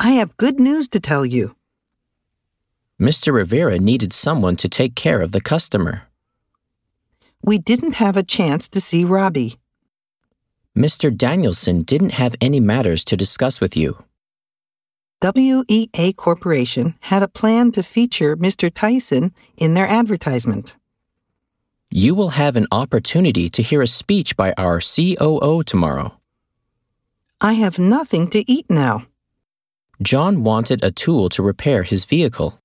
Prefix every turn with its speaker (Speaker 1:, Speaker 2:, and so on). Speaker 1: I have good news to tell you.
Speaker 2: Mr. Rivera needed someone to take care of the customer.
Speaker 1: We didn't have a chance to see Robbie.
Speaker 2: Mr. Danielson didn't have any matters to discuss with you.
Speaker 1: WEA E Corporation had a plan to feature Mr. Tyson in their advertisement.
Speaker 2: You will have an opportunity to hear a speech by our COO tomorrow.
Speaker 1: I have nothing to eat now.
Speaker 2: John wanted a tool to repair his vehicle.